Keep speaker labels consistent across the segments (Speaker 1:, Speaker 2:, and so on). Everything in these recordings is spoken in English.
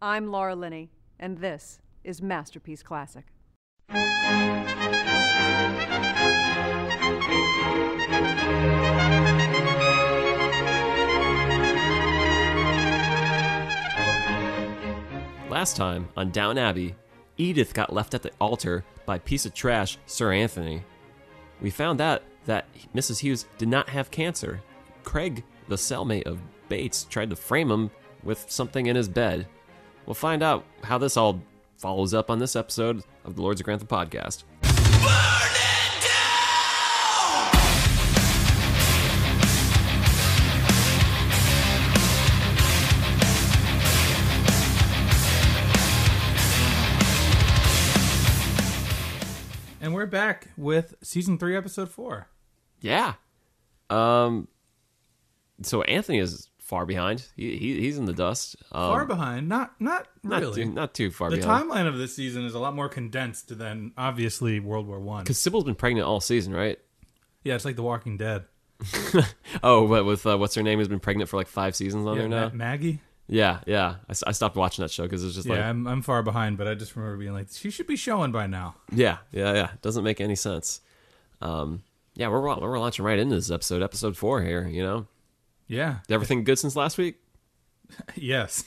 Speaker 1: I'm Laura Linney, and this is Masterpiece Classic.
Speaker 2: Last time on Down Abbey, Edith got left at the altar by piece of trash Sir Anthony. We found out that Mrs. Hughes did not have cancer. Craig, the cellmate of Bates, tried to frame him with something in his bed. We'll find out how this all follows up on this episode of the Lords of Grantham podcast.
Speaker 3: And we're back with season three, episode four.
Speaker 2: Yeah. Um. So Anthony is far behind. He, he he's in the dust. Um,
Speaker 3: Far behind, not not
Speaker 2: not
Speaker 3: really.
Speaker 2: too, not too far
Speaker 3: the
Speaker 2: behind.
Speaker 3: timeline of this season is a lot more condensed than obviously World War One.
Speaker 2: Because Sybil's been pregnant all season, right?
Speaker 3: Yeah, it's like The Walking Dead.
Speaker 2: Oh, but with uh, what's her name has been pregnant for like five seasons on
Speaker 3: Yeah,
Speaker 2: there now.
Speaker 3: Ma- Maggie.
Speaker 2: yeah, yeah. I, s- I stopped watching that show because it's just
Speaker 3: yeah,
Speaker 2: like,
Speaker 3: I'm, I'm far behind, but I just remember being like, she should be showing by now.
Speaker 2: yeah, yeah, yeah. Doesn't make any sense. Um, yeah, we're wa- we're launching right into this episode, episode four here. You know,
Speaker 3: Yeah.
Speaker 2: Is everything good since last week?
Speaker 3: Yes.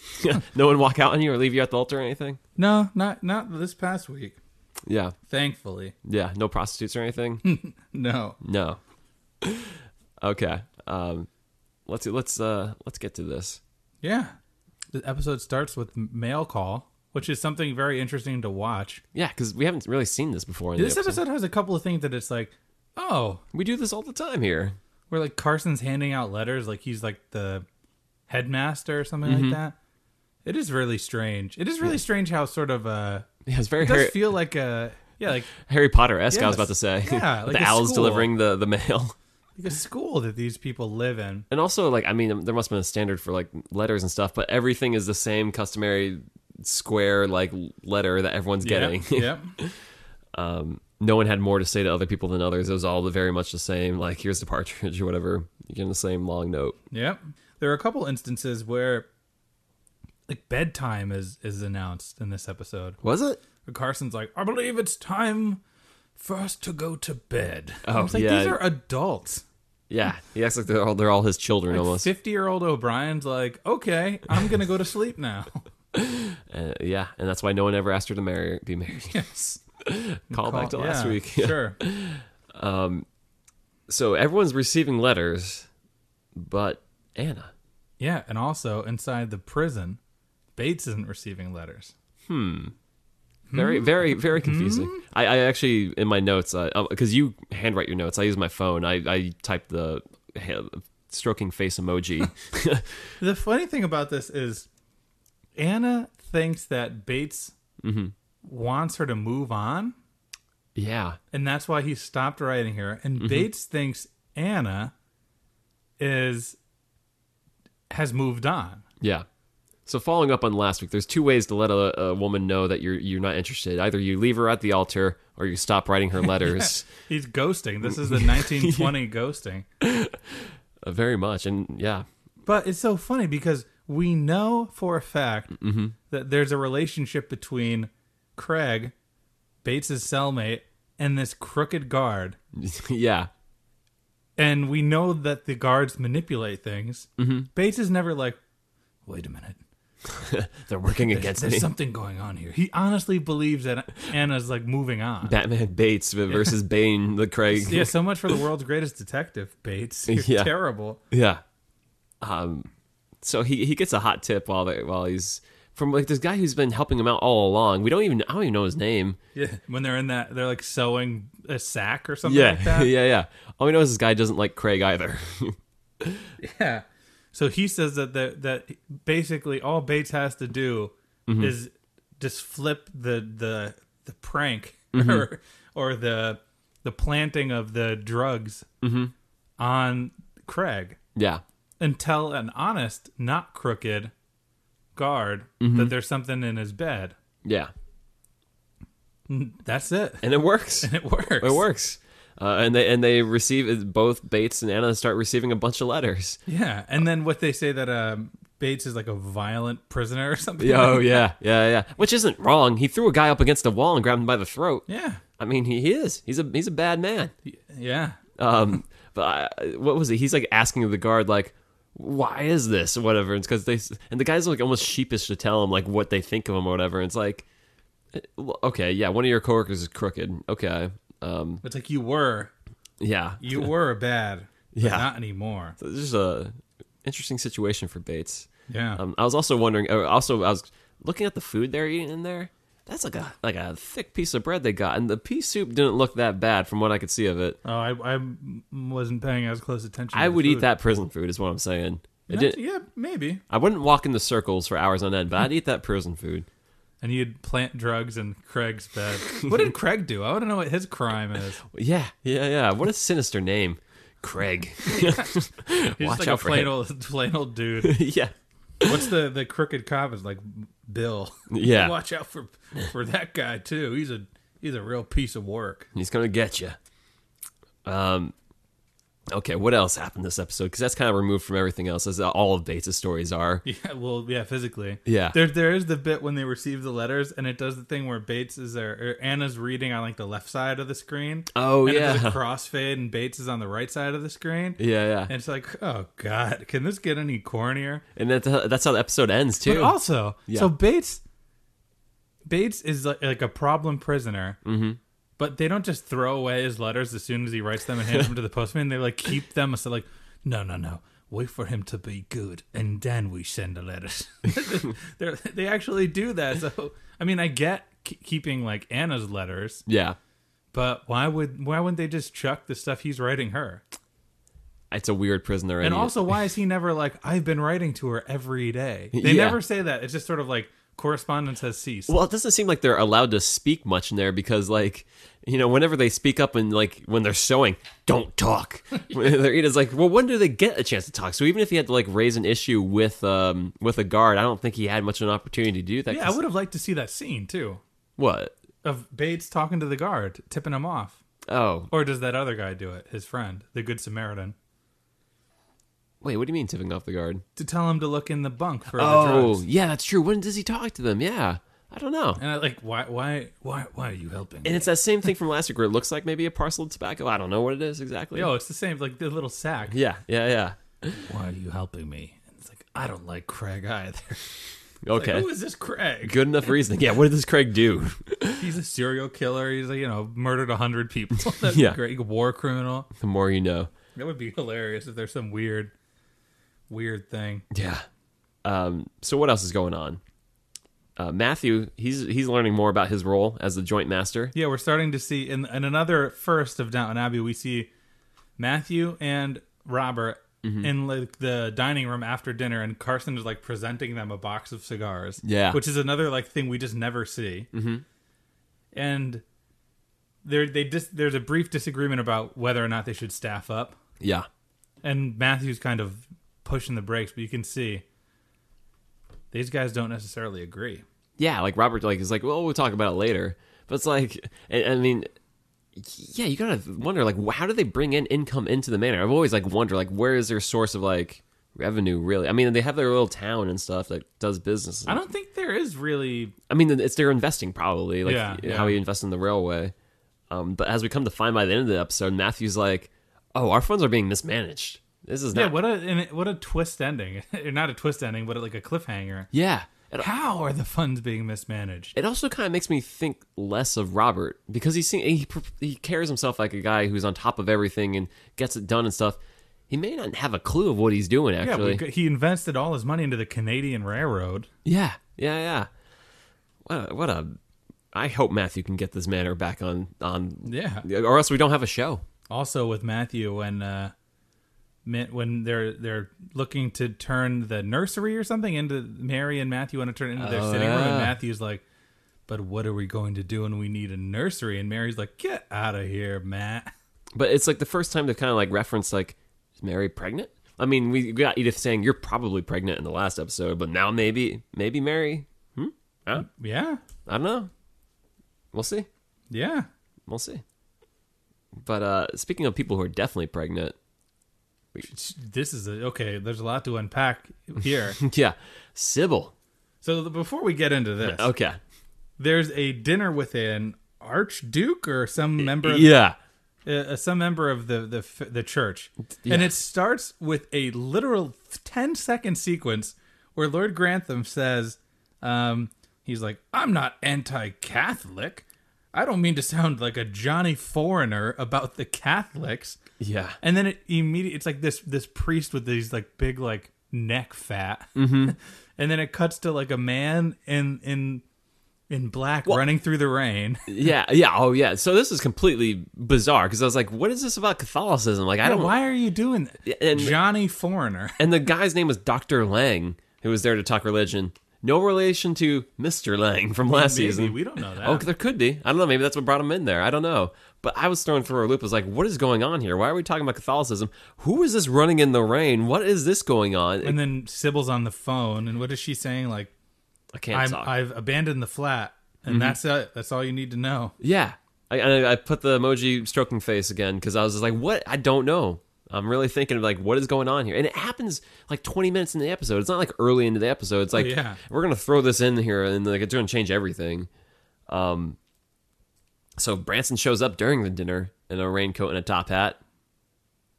Speaker 2: no one walk out on you or leave you at the altar or anything.
Speaker 3: No, not not this past week.
Speaker 2: Yeah,
Speaker 3: Thankfully,
Speaker 2: yeah. No prostitutes or anything.
Speaker 3: Hmm. no.
Speaker 2: No. Okay. Um, let's let's uh, let's get to this.
Speaker 3: Yeah. The episode starts with mail call, which is something very interesting to watch.
Speaker 2: Yeah, because we haven't really seen this before. In the
Speaker 3: This episode has a couple of things that it's like, oh,
Speaker 2: we do this all the time here.
Speaker 3: where like Carson's handing out letters, like he's like the headmaster or something
Speaker 2: Mm-hmm.
Speaker 3: like that. It is really strange. It is really strange how sort of uh,
Speaker 2: Yeah, it's very
Speaker 3: it does
Speaker 2: Harry,
Speaker 3: feel like a yeah, like,
Speaker 2: Harry Potter esque. I was
Speaker 3: Yes.
Speaker 2: about to say.
Speaker 3: Yeah, like
Speaker 2: the
Speaker 3: a
Speaker 2: owls
Speaker 3: school.
Speaker 2: delivering the the mail.
Speaker 3: like a school that these people live in.
Speaker 2: And also, like, I mean, there must have been a standard for like letters and stuff, but everything is the same customary square like letter that everyone's getting.
Speaker 3: Yep, yep.
Speaker 2: no one had more to say to other people than others. It was all the very much the same. Like, here's the partridge or whatever. You get the same long note.
Speaker 3: Yep. There are a couple instances where like bedtime is is announced in this episode.
Speaker 2: Was it?
Speaker 3: Where Carson's like, I believe it's time for us to go to bed.
Speaker 2: Oh,
Speaker 3: I was like,
Speaker 2: yeah.
Speaker 3: these are adults.
Speaker 2: Yeah, he acts like they're all, they're all his children almost.
Speaker 3: Fifty year old O'Brien's like, Okay, I'm gonna go to sleep now.
Speaker 2: Uh, yeah, and that's why no one ever asked her to marry, be married.
Speaker 3: yes.
Speaker 2: Call back to
Speaker 3: Call-
Speaker 2: last
Speaker 3: yeah,
Speaker 2: week.
Speaker 3: Sure.
Speaker 2: So everyone's receiving letters, but Anna.
Speaker 3: Yeah, and also inside the prison, Bates isn't receiving letters.
Speaker 2: Very, very, very confusing. I, I actually, in my notes, because you handwrite your notes, I use my phone. I, I type the ha- stroking face emoji.
Speaker 3: The funny thing about this is Anna thinks that Bates
Speaker 2: Mm-hmm.
Speaker 3: wants her to move on,
Speaker 2: yeah,
Speaker 3: and that's why he stopped writing her. And
Speaker 2: Mm-hmm.
Speaker 3: Bates thinks Anna is has moved on.
Speaker 2: yeah. So following up on last week, there's two ways to let a, a woman know that you're you're not interested. Either you leave her at the altar, or you stop writing her letters.
Speaker 3: He's ghosting. This is the 1920 ghosting.
Speaker 2: uh, very much, and yeah,
Speaker 3: But it's so funny because we know for a fact
Speaker 2: Mm-hmm.
Speaker 3: that there's a relationship between Craig, Bates's cellmate, and this crooked guard.
Speaker 2: yeah.
Speaker 3: And we know that the guards manipulate things.
Speaker 2: Mm-hmm.
Speaker 3: Bates is never like, wait a minute.
Speaker 2: They're working against
Speaker 3: There's
Speaker 2: me.
Speaker 3: something going on here. He honestly believes that Anna's like moving on.
Speaker 2: Batman Bates versus Bane, the Craig.
Speaker 3: yeah, so much for the world's greatest detective, Bates. You're
Speaker 2: Yeah.
Speaker 3: terrible.
Speaker 2: Yeah. Um, so he, he gets a hot tip while they, while he's from like this guy who's been helping him out all along. We don't even I don't even know his name.
Speaker 3: Yeah. When they're in that, they're like sewing a sack or something
Speaker 2: Yeah,
Speaker 3: like that.
Speaker 2: yeah, yeah. All we know is this guy doesn't like Craig either.
Speaker 3: Yeah. So he says that the, that basically all Bates has to do
Speaker 2: Mm-hmm.
Speaker 3: is just flip the the the prank
Speaker 2: Mm-hmm.
Speaker 3: or or the the planting of the drugs
Speaker 2: Mm-hmm.
Speaker 3: on Craig
Speaker 2: yeah,
Speaker 3: and tell an honest, not crooked guard
Speaker 2: Mm-hmm.
Speaker 3: that there's something in his bed.
Speaker 2: yeah,
Speaker 3: That's it.
Speaker 2: and it works.
Speaker 3: It works.
Speaker 2: It works. Uh, and they and they receive both Bates and Anna start receiving a bunch of letters.
Speaker 3: Yeah. And then what they say that um Bates is like a violent prisoner or something.
Speaker 2: Yeah, oh yeah, yeah, yeah. Which isn't wrong. He threw a guy up against the wall and grabbed him by the throat.
Speaker 3: Yeah.
Speaker 2: I mean, he is. He's a he's a bad man.
Speaker 3: Yeah.
Speaker 2: Um, but I, what was it? He's like asking the guard like, "Why is this?" or whatever. And because they and the guy's like almost sheepish to tell him like what they think of him or whatever. And it's like, eh, well, okay, yeah, one of your coworkers is crooked. Okay, um,
Speaker 3: It's like you were.
Speaker 2: yeah,
Speaker 3: You were bad. but
Speaker 2: Yeah.
Speaker 3: Not anymore.
Speaker 2: So this is a interesting situation for Bates.
Speaker 3: Yeah.
Speaker 2: Um, I was also wondering. uh, Also, I was looking at the food they're eating in there. That's like a like a thick piece of bread they got, and the pea soup didn't look that bad from what I could see of it.
Speaker 3: oh, I, I m- wasn't paying as close attention.
Speaker 2: I
Speaker 3: to the
Speaker 2: would eat
Speaker 3: food.
Speaker 2: that prison food, is what I'm saying. It
Speaker 3: That's-
Speaker 2: didn't,
Speaker 3: yeah, maybe.
Speaker 2: I wouldn't walk in the circles for hours on end, but I'd eat that prison food.
Speaker 3: And you'd plant drugs in Craig's bed. what did Craig do? I want to know what his crime is.
Speaker 2: Yeah, yeah, yeah. What a sinister name, Craig.
Speaker 3: He's
Speaker 2: Watch
Speaker 3: just like
Speaker 2: out
Speaker 3: a
Speaker 2: for
Speaker 3: plain
Speaker 2: him.
Speaker 3: old, plain old dude.
Speaker 2: yeah,
Speaker 3: What's the the crooked cop is like Bill.
Speaker 2: Yeah.
Speaker 3: Watch out for for that guy too. He's a he's a real piece of work.
Speaker 2: he's gonna get you. Um, okay, what else happened this episode? Because that's kind of removed from everything else, as all of Bates' stories are.
Speaker 3: Yeah, well, yeah, physically.
Speaker 2: Yeah.
Speaker 3: There there is the bit when they receive the letters and it does the thing where Bates is there or Anna's reading on like the left side of the screen.
Speaker 2: Oh,
Speaker 3: and it does
Speaker 2: yeah.
Speaker 3: a crossfade and Bates is on the right side of the screen.
Speaker 2: Yeah,
Speaker 3: And
Speaker 2: yeah.
Speaker 3: it's like, oh God, can this get any cornier?
Speaker 2: And that's how, that's how the episode ends too.
Speaker 3: But also,
Speaker 2: Yeah.
Speaker 3: so Bates, Bates is like, like a problem prisoner. Mm-hmm. But they don't just throw away his letters as soon as he writes them and hands them to the postman. They like keep them. So like, no, no, no. Wait for him to be good, and then we send the letters. they they actually do that. So I mean, I get k- keeping like Anna's letters,
Speaker 2: yeah,
Speaker 3: but why would why wouldn't they just chuck the stuff he's writing her?
Speaker 2: it's a weird prisoner.
Speaker 3: And
Speaker 2: idea.
Speaker 3: also, why is he never like, I've been writing to her every day? They
Speaker 2: Yeah.
Speaker 3: never say that. It's just sort of like correspondence has ceased.
Speaker 2: well, it doesn't seem like they're allowed to speak much in there because, like, you know, whenever they speak up and like when they're showing, don't talk. When they're it's like, well, when do they get a chance to talk? So even if he had to like raise an issue with um with a guard, I don't think he had much of an opportunity to do that.
Speaker 3: yeah, I
Speaker 2: 'cause-
Speaker 3: would have liked to see that scene too
Speaker 2: What?
Speaker 3: of Bates talking to the guard, tipping him off.
Speaker 2: Oh,
Speaker 3: Or does that other guy do it? His friend, the Good Samaritan,
Speaker 2: wait, what do you mean tipping off the guard?
Speaker 3: to tell him to look in the bunk for the
Speaker 2: Oh,
Speaker 3: drugs.
Speaker 2: yeah, that's true. When does he talk to them? Yeah, I don't know.
Speaker 3: And I like, why, why, why, why are you helping?
Speaker 2: And it's that same thing from last week where it looks like maybe a parcel of tobacco. I don't know what it is exactly.
Speaker 3: Yo, it's the same, like the little sack.
Speaker 2: Yeah, yeah, yeah.
Speaker 3: Why are you helping me? And it's like, I don't like Craig either.
Speaker 2: Okay.
Speaker 3: Who is this Craig?
Speaker 2: Good enough reasoning. Yeah, what does Craig do?
Speaker 3: He's a serial killer. He's like, you know, murdered a hundred people. That'd
Speaker 2: Yeah.
Speaker 3: be great. He's a war criminal.
Speaker 2: the more you know.
Speaker 3: That would be hilarious if there's some weird, weird thing.
Speaker 2: Yeah. Um, so what else is going on? Uh, Matthew, he's he's learning more about his role as the joint master.
Speaker 3: Yeah, we're starting to see in, in another first of Downton Abbey, we see Matthew and Robert in like the dining room after dinner, and Carson is like presenting them a box of cigars.
Speaker 2: Yeah.
Speaker 3: which is another like thing we just never see. Mm-hmm. And there, they dis- there's a brief disagreement about whether or not they should staff up.
Speaker 2: Yeah.
Speaker 3: and Matthew's kind of pushing the brakes, but you can see these guys don't necessarily agree.
Speaker 2: Yeah, like Robert like is like, well, we'll talk about it later. But it's like, I, I mean, yeah, you gotta wonder like, wh- how do they bring in income into the manor? I've always like wondered like, where is their source of like revenue really? I mean, they have their little town and stuff that does business.
Speaker 3: I don't think there is really
Speaker 2: I mean, it's their investing probably, like
Speaker 3: Yeah,
Speaker 2: you know, how
Speaker 3: yeah.
Speaker 2: you invest in the railway. Um, but as we come to find by the end of the episode, Matthew's like, "Oh, our funds are being mismanaged. This is not."
Speaker 3: yeah. What a and it- what a twist ending, Or not a twist ending, but like a cliffhanger.
Speaker 2: yeah. It,
Speaker 3: How are the funds being mismanaged?
Speaker 2: it also kind of makes me think less of Robert because he seem, he pr- he carries himself like a guy who's on top of everything and gets it done and stuff. He may not have a clue of what he's doing
Speaker 3: Yeah,
Speaker 2: actually.
Speaker 3: but he invested all his money into the Canadian Railroad.
Speaker 2: Yeah, yeah, yeah. What a, what a! I hope Matthew can get this manor back on on,
Speaker 3: Yeah.
Speaker 2: or else we don't have a show.
Speaker 3: Also with Matthew when uh, Ma- when they're they're looking to turn the nursery or something into Mary and Matthew want to turn it into their
Speaker 2: Oh,
Speaker 3: sitting room, and
Speaker 2: yeah.
Speaker 3: Matthew's like, "But what are we going to do when we need a nursery?" And Mary's like, "Get out of here, Matt."
Speaker 2: But it's like the first time they've kind of like referenced like, is Mary pregnant? I mean, we got Edith saying you're probably pregnant in the last episode, but now maybe maybe Mary. Hmm? Huh?
Speaker 3: Yeah,
Speaker 2: I don't know. We'll see.
Speaker 3: yeah.
Speaker 2: We'll see. But uh speaking of people who are definitely pregnant,
Speaker 3: This is a, okay. There's a lot to unpack here.
Speaker 2: yeah. Sybil.
Speaker 3: so the- before we get into this,
Speaker 2: Okay.
Speaker 3: there's a dinner with an archduke or some member. Of,
Speaker 2: Yeah.
Speaker 3: uh, some member of the the f- the church, and it starts with a literal 10 second sequence where Lord Grantham says, um, "He's like, I'm not anti-Catholic. I don't mean to sound like a Johnny foreigner about the Catholics."
Speaker 2: Yeah.
Speaker 3: And then it immediately it's like this this priest with these like big like neck fat,
Speaker 2: Mm-hmm.
Speaker 3: and then it cuts to like a man in in in black running through the rain.
Speaker 2: Yeah. Yeah. Oh, yeah. So this is completely bizarre because I was like, what is this about Catholicism? Like, I don't.
Speaker 3: Why are you doing that,
Speaker 2: and-
Speaker 3: Johnny foreigner?
Speaker 2: And the guy's name was Dr. Lang, who was there to talk religion. No relation to Mr. Lang from last
Speaker 3: Maybe,
Speaker 2: season.
Speaker 3: we don't know that.
Speaker 2: Oh, there could be. I don't know. Maybe that's what brought him in there. I don't know. But I was thrown for a loop. I was like, what is going on here? Why are we talking about Catholicism? Who is this running in the rain? What is this going on?
Speaker 3: And then Sybil's on the phone, and what is she saying? Like,
Speaker 2: I can't
Speaker 3: I'm,
Speaker 2: talk. Mm-hmm.
Speaker 3: I've abandoned the flat, and that's it. That's all you need to know.
Speaker 2: yeah. I, I, I put the emoji stroking face again because I was just like, what? I don't know. I'm really thinking of like, what is going on here? And it happens like 20 minutes in the episode. It's not like early into the episode. It's like,
Speaker 3: yeah.
Speaker 2: we're going to throw this in here and like it's going to change everything. Um, so Branson shows up during the dinner in a raincoat and a top hat.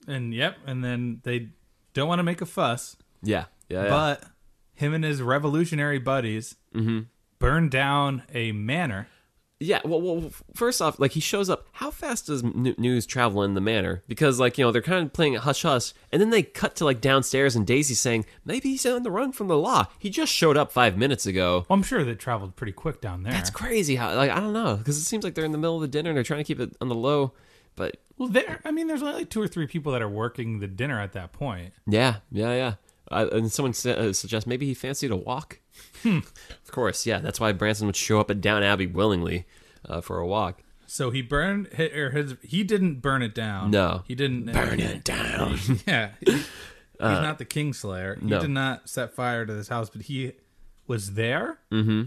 Speaker 3: And yep, and then they don't want to make a fuss,
Speaker 2: Yeah. Yeah. yeah.
Speaker 3: but him and his revolutionary buddies
Speaker 2: Mm-hmm.
Speaker 3: burn down a manor.
Speaker 2: Yeah, well, well, first off, like he shows up. How fast does n- news travel in the manor? Because like you know they're kind of playing it hush hush, and then they cut to like downstairs and Daisy saying maybe he's on the run from the law. He just showed up five minutes ago.
Speaker 3: Well, I'm sure that traveled pretty quick down there.
Speaker 2: That's crazy. How like I don't know because it seems like they're in the middle of the dinner and they're trying to keep it on the low. But
Speaker 3: well, there. I mean, there's only like two or three people that are working the dinner at that point.
Speaker 2: yeah, yeah, yeah. I, and someone sa- uh, suggests maybe he fancied a walk. Hmm. of course, yeah. That's why Branson would show up at Down Abbey willingly uh, for a walk.
Speaker 3: So he burned, hi- or his, he didn't burn it down.
Speaker 2: No.
Speaker 3: he didn't uh,
Speaker 2: Burn it down.
Speaker 3: Yeah. He- he's not the Kingslayer. He
Speaker 2: no.
Speaker 3: did not set fire to this house, but he was there. Mm-hmm.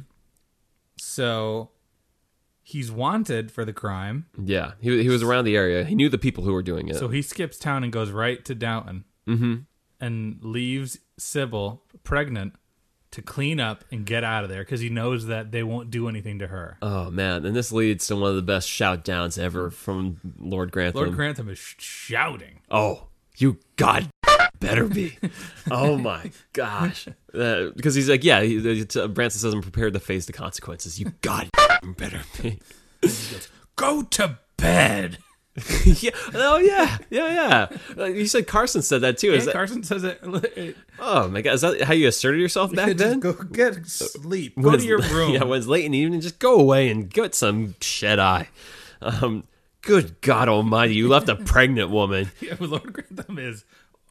Speaker 3: So he's wanted for the crime.
Speaker 2: Yeah, he, he was around the area. He knew the people who were doing it.
Speaker 3: So he skips town and goes right to Downton mm-hmm. and leaves Sybil pregnant to clean up and get out of there because he knows that they won't do anything to her.
Speaker 2: oh man, and this leads to one of the best shout downs ever from Lord Grantham.
Speaker 3: Lord Grantham is sh- shouting.
Speaker 2: oh, you god better be. oh my gosh. Uh, because he's like, yeah, he, it's, uh, Branson says I'm prepared to face the consequences. You god better be.
Speaker 3: Go to bed.
Speaker 2: yeah. Oh yeah. Yeah, yeah. Like, you said Carson said that too. Is that,
Speaker 3: Carson says it.
Speaker 2: oh my god, is that how you asserted yourself back then?
Speaker 3: Just go get sleep.
Speaker 2: When
Speaker 3: Go to
Speaker 2: it's-
Speaker 3: your room.
Speaker 2: Yeah, when it's late in the evening, just go away and get some shut eye. Um, good God Almighty, you left a pregnant woman.
Speaker 3: Yeah, but Lord Grantham is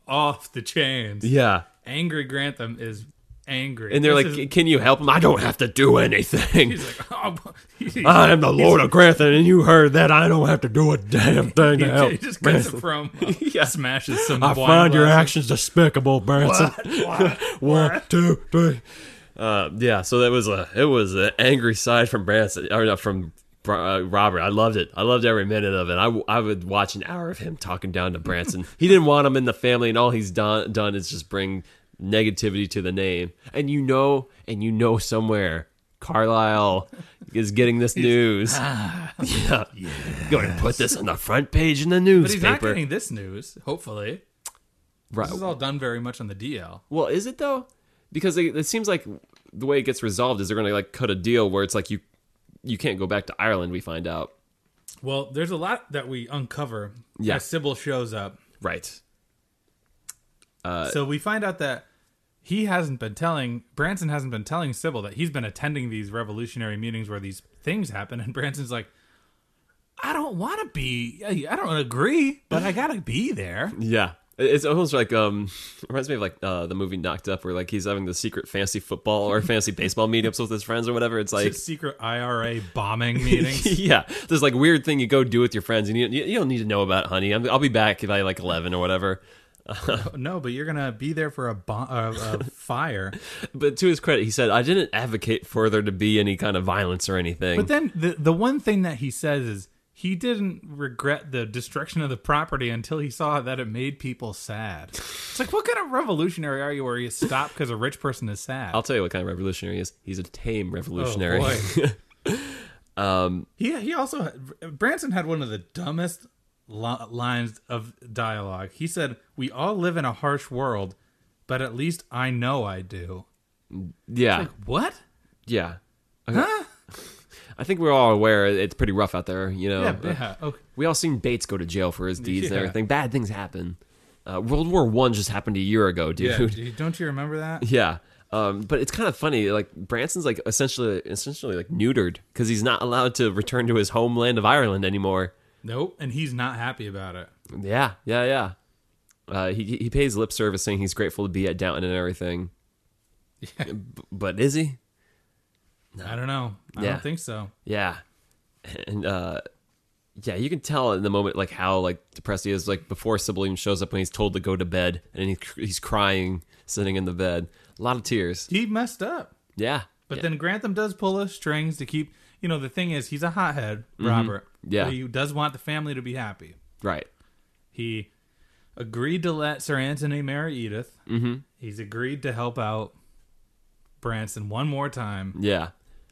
Speaker 3: off the chains.
Speaker 2: Yeah,
Speaker 3: Angry Grantham is angry.
Speaker 2: and they're
Speaker 3: This
Speaker 2: like,
Speaker 3: is-
Speaker 2: "Can you help him?" I don't have to do anything.
Speaker 3: he's like, oh, he's,
Speaker 2: I am the Lord of Grantham, and you heard that. I don't have to do a damn thing to
Speaker 3: he,
Speaker 2: help.
Speaker 3: he just cuts a promo,
Speaker 2: Yeah.
Speaker 3: smashes some.
Speaker 2: I
Speaker 3: wine
Speaker 2: find your
Speaker 3: glasses.
Speaker 2: actions despicable, Branson. One, two, three. Uh, yeah, so that was a it was an angry side from Branson or not from uh, Robert. I loved it. I loved every minute of it. I, w- I would watch an hour of him talking down to Branson. he didn't want him in the family, and all he's done done is just bring negativity to the name. And you know, and you know somewhere. Carlisle is getting this news. yeah. going to put this on the front page in the
Speaker 3: Ah. But he's not
Speaker 2: newspaper.
Speaker 3: getting this news. Hopefully,
Speaker 2: right.
Speaker 3: this is all done very much on the DL.
Speaker 2: Well, is it though? Because they, it seems like the way it gets resolved is they're going to like cut a deal where it's like you you can't go back to Ireland. We find out,
Speaker 3: Well, there's a lot that we uncover
Speaker 2: Yeah.
Speaker 3: as Sybil shows up.
Speaker 2: right? Uh,
Speaker 3: so we find out that he hasn't been telling Branson hasn't been telling Sybil that he's been attending these revolutionary meetings where these things happen, and Branson's like, I don't want to be, I don't agree, but I gotta be there.
Speaker 2: Yeah, It- it's almost like um reminds me of like uh, the movie Knocked Up, where like he's having the secret fancy football or fancy baseball meetups with his friends or whatever. It's like.
Speaker 3: Secret IRA bombing meetings.
Speaker 2: Yeah, there's like weird thing you go do with your friends, and you you you don't need to know about, it, honey. I'm, I'll be back by like eleven or whatever.
Speaker 3: no, but you're gonna be there for a, bom- uh, a fire.
Speaker 2: But to his credit, he said I didn't advocate for there to be any kind of violence or anything.
Speaker 3: But then the the one thing that he says is he didn't regret the destruction of the property until he saw that it made people sad. It's like, what kind of revolutionary are you where you stop because a rich person is sad?
Speaker 2: I'll tell you what kind of revolutionary he is. He's a tame revolutionary.
Speaker 3: Oh, boy. he he also had- Branson had one of the dumbest li- lines of dialogue. He said, "We all live in a harsh world, but at least I know I do."
Speaker 2: yeah.
Speaker 3: What?
Speaker 2: yeah.
Speaker 3: Huh?
Speaker 2: I think we're all aware it's pretty rough out there, you know.
Speaker 3: Yeah,
Speaker 2: but-
Speaker 3: yeah. Okay.
Speaker 2: We all seen Bates go to jail for his deeds and
Speaker 3: Yeah.
Speaker 2: everything. Bad things happen. Uh, World War One just happened a year ago, dude.
Speaker 3: Yeah, dude, don't you remember that?
Speaker 2: Yeah. Um, but it's kind of funny. Like Branson's like essentially essentially like neutered because he's not allowed to return to his homeland of Ireland anymore.
Speaker 3: Nope, and he's not happy about it.
Speaker 2: Yeah, yeah, yeah. Uh, he he pays lip service saying he's grateful to be at Downton and everything.
Speaker 3: Yeah.
Speaker 2: B- but is he?
Speaker 3: I don't know. I
Speaker 2: Yeah.
Speaker 3: don't think so.
Speaker 2: Yeah. And uh, yeah, you can tell in the moment like how like depressed he is. Like before Sybil even shows up when he's told to go to bed and he, he's crying sitting in the bed, a lot of tears.
Speaker 3: He messed up.
Speaker 2: Yeah.
Speaker 3: But
Speaker 2: yeah.
Speaker 3: then Grantham does pull us strings to keep. You know, the thing is, he's a hothead, Robert.
Speaker 2: Mm-hmm. Yeah.
Speaker 3: But he does want the family to be happy.
Speaker 2: right.
Speaker 3: He agreed to let Sir Anthony marry Edith. Mm-hmm. He's agreed to help out Branson one more time.
Speaker 2: Yeah.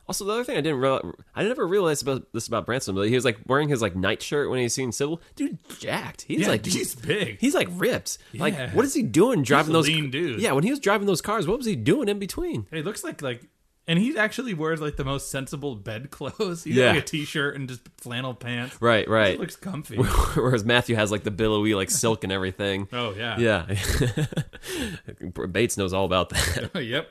Speaker 2: Also, the other thing I didn't real I never realized about this about Branson, but he was like wearing his like nightshirt when he seen Sybil. Dude, jacked. He's
Speaker 3: yeah,
Speaker 2: like
Speaker 3: he's big.
Speaker 2: he's like ripped. Like
Speaker 3: Yeah.
Speaker 2: what is he doing driving
Speaker 3: a
Speaker 2: those
Speaker 3: lean dude.
Speaker 2: Yeah, when he was driving those cars, what was he doing in between?
Speaker 3: he looks like like, and he actually wears like the most sensible bed clothes. He's
Speaker 2: Yeah.
Speaker 3: like a t-shirt and just flannel pants.
Speaker 2: Right,
Speaker 3: He
Speaker 2: right.
Speaker 3: looks comfy.
Speaker 2: Whereas Matthew has like the billowy like silk and everything.
Speaker 3: oh yeah.
Speaker 2: Yeah. Bates knows all about that.
Speaker 3: yep.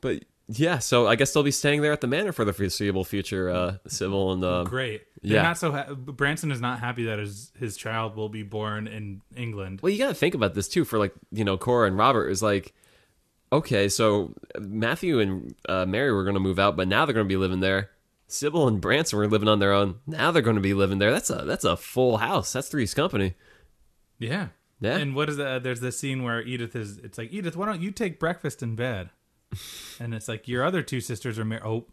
Speaker 2: But yeah, so I guess they'll be staying there at the manor for the foreseeable future, uh Sybil and uh
Speaker 3: Great. They're
Speaker 2: Yeah.
Speaker 3: Not so. Ha- Branson is not happy that his his child will be born in England.
Speaker 2: Well, you got to think about this too. For like you know, Cora and Robert is like, okay, so Matthew and uh, Mary were going to move out, but now they're going to be living there. Sybil and Branson were living on their own. Now they're going to be living there. That's a that's a full house. That's Three's Company.
Speaker 3: Yeah.
Speaker 2: Yeah.
Speaker 3: And what is that? There's this scene where Edith is. It's like Edith, why don't you take breakfast in bed? and it's like your other two sisters are married. Oh,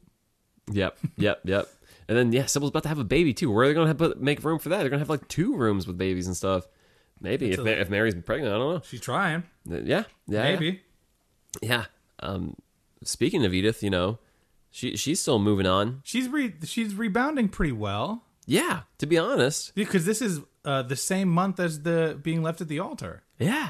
Speaker 2: Yep, yep, yep. And then yeah, Sybil's about to have a baby too. Where are they going to put make room for that? They're going to have like two rooms with babies and stuff. Maybe if, Ma- if Mary's pregnant, I don't
Speaker 3: she's trying.
Speaker 2: know. Yeah, yeah, yeah.
Speaker 3: Maybe.
Speaker 2: Yeah. Um, speaking of Edith, you know, she she's still moving on.
Speaker 3: She's re- she's rebounding pretty well
Speaker 2: Yeah, to be honest.
Speaker 3: because this is uh, the same month as the being left at the altar.
Speaker 2: Yeah.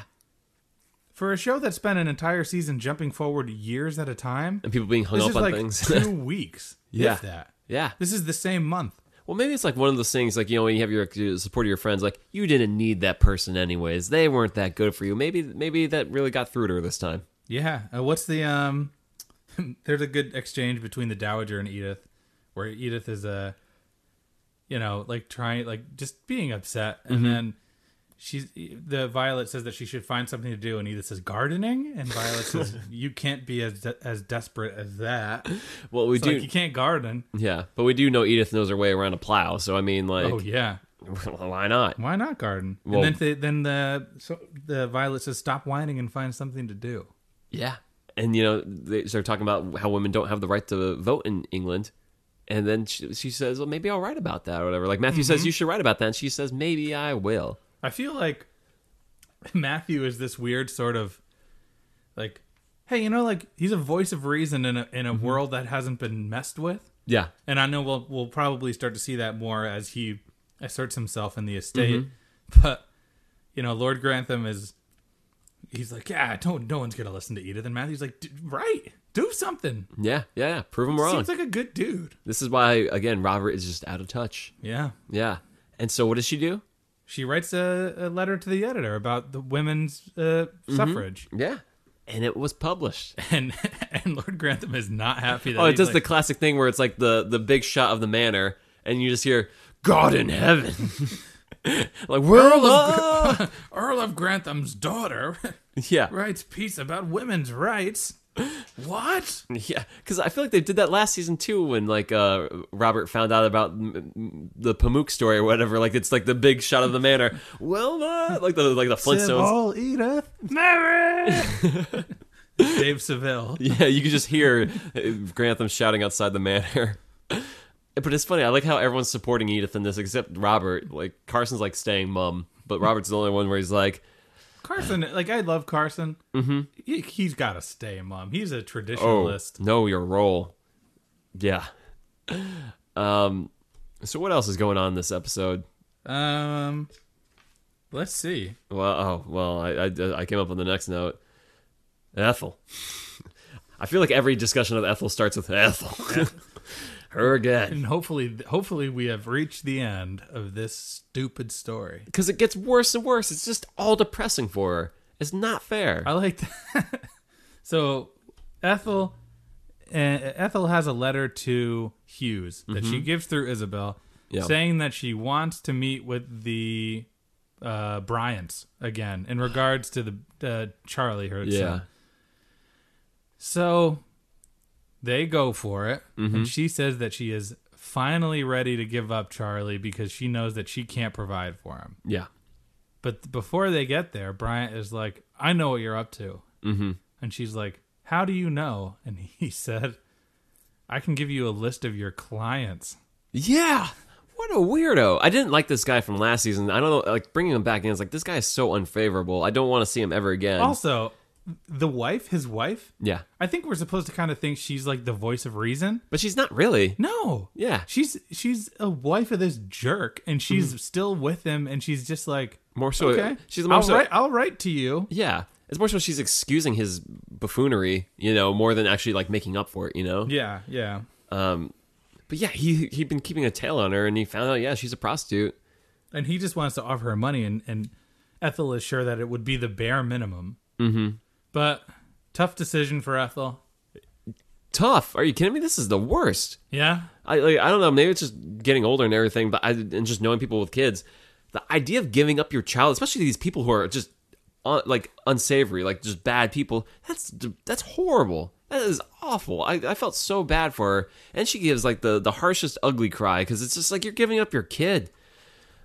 Speaker 3: For a show that spent an entire season jumping forward years at a time,
Speaker 2: and people being hung
Speaker 3: this
Speaker 2: up
Speaker 3: is
Speaker 2: on
Speaker 3: like
Speaker 2: things.
Speaker 3: two weeks. if
Speaker 2: Yeah.
Speaker 3: that.
Speaker 2: yeah.
Speaker 3: This is the same month.
Speaker 2: Well, maybe it's like one of those things, like you know, when you have your, your support of your friends, like you didn't need that person anyways. They weren't that good for you. Maybe, maybe that really got through to her this time.
Speaker 3: Yeah. Uh, what's the um? there's a good exchange between the dowager and Edith, where Edith is uh, you know, like trying, like just being upset,
Speaker 2: Mm-hmm.
Speaker 3: and then she's the Violet says that she should find something to do, and Edith says gardening, and Violet says you can't be as de- as desperate as that.
Speaker 2: Well, we
Speaker 3: It's
Speaker 2: do,
Speaker 3: like you can't garden.
Speaker 2: yeah, but we do know Edith knows her way around a plow. So I mean, like,
Speaker 3: Oh yeah.
Speaker 2: why not?
Speaker 3: Why not garden?
Speaker 2: Well-
Speaker 3: and then the, then the so the Violet says stop whining and find something to do.
Speaker 2: Yeah. And you know, they start talking about how women don't have the right to vote in England. And then she, she says, "Well, maybe I'll write about that or whatever." Like Matthew
Speaker 3: Mm-hmm.
Speaker 2: says, "You should write about that." And she says, "Maybe I will."
Speaker 3: I feel like Matthew is this weird sort of like, hey, you know, like he's a voice of reason in a in a world that hasn't been messed with.
Speaker 2: Yeah,
Speaker 3: And I know we'll we'll probably start to see that more as he asserts himself in the estate. But you know, Lord Grantham is he's like, yeah, don't no one's gonna listen to Edith. And Matthew's like, D- right, do something.
Speaker 2: yeah, yeah. yeah. Prove them wrong.
Speaker 3: Seems like a good dude.
Speaker 2: This is why, again, Robert is just out of touch.
Speaker 3: Yeah.
Speaker 2: Yeah. And so what does she do?
Speaker 3: She writes a, a letter to the editor about the women's uh, suffrage.
Speaker 2: Yeah. And it was published.
Speaker 3: and and Lord Grantham is not happy that
Speaker 2: Oh, it
Speaker 3: he's
Speaker 2: does the
Speaker 3: like,
Speaker 2: classic thing where it's like the the big shot of the manor, and you just hear God in heaven. like we're alone.
Speaker 3: Earl of Grantham's daughter
Speaker 2: yeah,
Speaker 3: writes piece about women's rights. What?
Speaker 2: yeah. Because I feel like they did that last season too, when like uh, Robert found out about m- m- the Pamuk story or whatever. Like it's like the big shot of the manor. Wilma, like the like the Flintstones.
Speaker 3: Edith, Mary. Dave Seville.
Speaker 2: Yeah, you could just hear uh, Grantham shouting outside the manor. But it's funny. I like how everyone's supporting Edith in this, except Robert. Like Carson's like staying mum, but Robert's the only one where he's like,
Speaker 3: Carson, like I love Carson. Mm-hmm. He, he's got to stay, mom. He's a
Speaker 2: "Oh,
Speaker 3: traditionalist.
Speaker 2: know your role." Yeah. Um. So what else is going on in this episode?
Speaker 3: Um, let's see.
Speaker 2: Well, oh, well, I, I, I came up with the next note. Ethel. I feel like every discussion of Ethel starts with Ethel. Her again.
Speaker 3: And hopefully, hopefully, we have reached the end of this stupid story.
Speaker 2: Because it gets worse and worse. It's just all depressing for her. It's not fair.
Speaker 3: I like that. so, Ethel, uh, Ethel has a letter to Hughes that she gives through Isabel,
Speaker 2: Mm-hmm. Yeah.
Speaker 3: saying that she wants to meet with the uh, Bryants again in regards to the uh, Charlie her
Speaker 2: yeah.
Speaker 3: son. So they go for it,
Speaker 2: Mm-hmm.
Speaker 3: and she says that she is finally ready to give up Charlie because she knows that she can't provide for him.
Speaker 2: Yeah.
Speaker 3: But th- before they get there, Bryant is like, "I know what you're up to," mm-hmm. and she's like, "How do you know?" And he said, "I can give you a list of your clients."
Speaker 2: Yeah. What a weirdo. I didn't like this guy from last season. I don't know. Like, bringing him back in is like, this guy is so unfavorable. I don't want to see him ever again.
Speaker 3: Also, the wife, his wife,
Speaker 2: yeah.
Speaker 3: I think we're supposed to kind of think she's like the voice of reason.
Speaker 2: But she's not really.
Speaker 3: No.
Speaker 2: Yeah.
Speaker 3: She's she's a wife of this jerk, and she's still with him, and she's just like,
Speaker 2: More so.
Speaker 3: okay,
Speaker 2: She's more
Speaker 3: I'll
Speaker 2: so.
Speaker 3: write, I'll write to you.
Speaker 2: Yeah. It's more so she's excusing his buffoonery, you know, more than actually like making up for it, you know? Um,
Speaker 3: Yeah, yeah.
Speaker 2: But yeah, he he'd been keeping a tail on her and he found out, yeah, she's a prostitute.
Speaker 3: And he just wants to offer her money, and and Ethel is sure that it would be the bare minimum. Mm-hmm. But tough decision for Ethel.
Speaker 2: Tough. Are you kidding me? This is the worst.
Speaker 3: Yeah,
Speaker 2: I like, I don't know, maybe it's just getting older and everything, but I and just knowing people with kids, the idea of giving up your child, especially these people who are just uh, like unsavory, like just bad people, that's that's horrible. That is awful. I, I felt so bad for her, and she gives like the the harshest ugly cry because it's just like you're giving up your kid.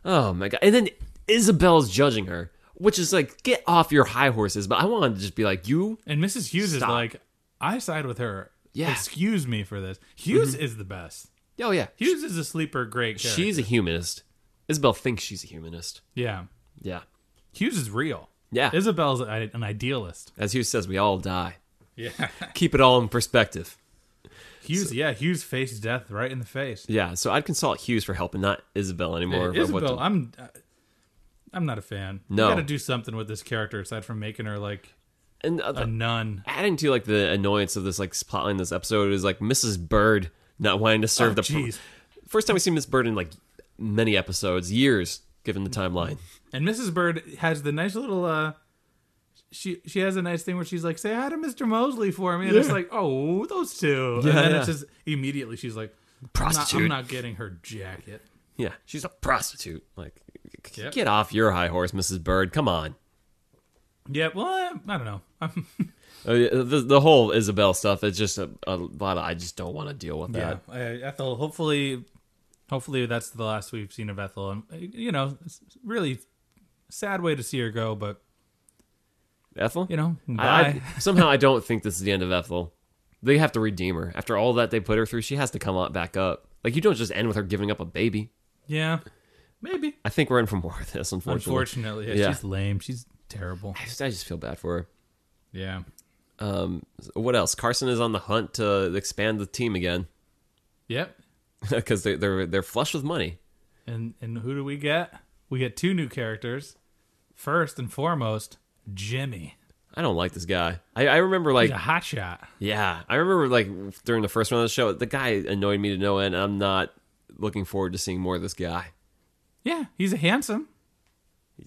Speaker 2: Oh my god! And then Isabel's judging her, which is like get off your high horses. But I wanted to just be like you.
Speaker 3: and Mrs. Hughes
Speaker 2: Stop.
Speaker 3: is like, I side with her.
Speaker 2: Yeah.
Speaker 3: excuse me for this. Hughes is the best.
Speaker 2: Oh yeah,
Speaker 3: Hughes is a sleeper, great. Character.
Speaker 2: she's a humanist. Isabel thinks she's a humanist.
Speaker 3: yeah.
Speaker 2: Yeah,
Speaker 3: Hughes is real.
Speaker 2: yeah.
Speaker 3: Isabel's a- an idealist.
Speaker 2: As Hugh says, we all die.
Speaker 3: Yeah.
Speaker 2: Keep it all in perspective.
Speaker 3: Hughes, yeah, Hughes faced death right in the face.
Speaker 2: Yeah, so I'd consult Hughes for help and not Isabel anymore. about what to-
Speaker 3: Isabel, I'm, uh, I'm not a fan.
Speaker 2: No.
Speaker 3: got to do something with this character aside from making her like
Speaker 2: and uh,
Speaker 3: a nun.
Speaker 2: adding to like the annoyance of this like plotline this episode is like Mrs. Bird not wanting to serve
Speaker 3: Oh,
Speaker 2: the
Speaker 3: jeez.
Speaker 2: first time we see Miss Bird in like many episodes, years given the timeline.
Speaker 3: And Mrs. Bird has the nice little. uh she she has a nice thing where she's like, "Say hi to Mr. Mosley for me," and it's like, "Oh, those two. and
Speaker 2: Yeah,
Speaker 3: then
Speaker 2: yeah.
Speaker 3: it's just immediately she's like, "I'm not,
Speaker 2: Prostitute.
Speaker 3: I'm not getting her jacket."
Speaker 2: Yeah, she's a prostitute. Like, c-
Speaker 3: Yep.
Speaker 2: get off your high horse, Mrs. Bird. Come on.
Speaker 3: Yeah, well, I, I don't know. I'm,
Speaker 2: Uh, the, the whole Isabel stuff. It's just a, a lot of I just don't want to deal with
Speaker 3: yeah,
Speaker 2: that.
Speaker 3: I, Ethel. Hopefully, hopefully that's the last we've seen of Ethel. And you know, it's really sad way to see her go, but
Speaker 2: Ethel,
Speaker 3: you know,
Speaker 2: I,
Speaker 3: bye.
Speaker 2: I- somehow I don't think this is the end of Ethel. They have to redeem her. After all that they put her through, she has to come up back up. Like you don't just end with her giving up a baby.
Speaker 3: yeah, maybe.
Speaker 2: I think we're in for more of this, unfortunately.
Speaker 3: Unfortunately, yeah,
Speaker 2: Yeah.
Speaker 3: she's lame. She's terrible.
Speaker 2: I just, I just feel bad for
Speaker 3: Yeah,
Speaker 2: her. Um, what else? Carson is on the hunt to expand the team again
Speaker 3: yep.
Speaker 2: because they're they're they're flush with money.
Speaker 3: And and who do we get? We get two new characters. First and foremost, Jimmy.
Speaker 2: I don't like this guy. I, I remember like
Speaker 3: He's a hot shot.
Speaker 2: yeah, I remember like during the first run of the show, the guy annoyed me to no end. I'm not looking forward to seeing more of this guy.
Speaker 3: Yeah, he's a handsome.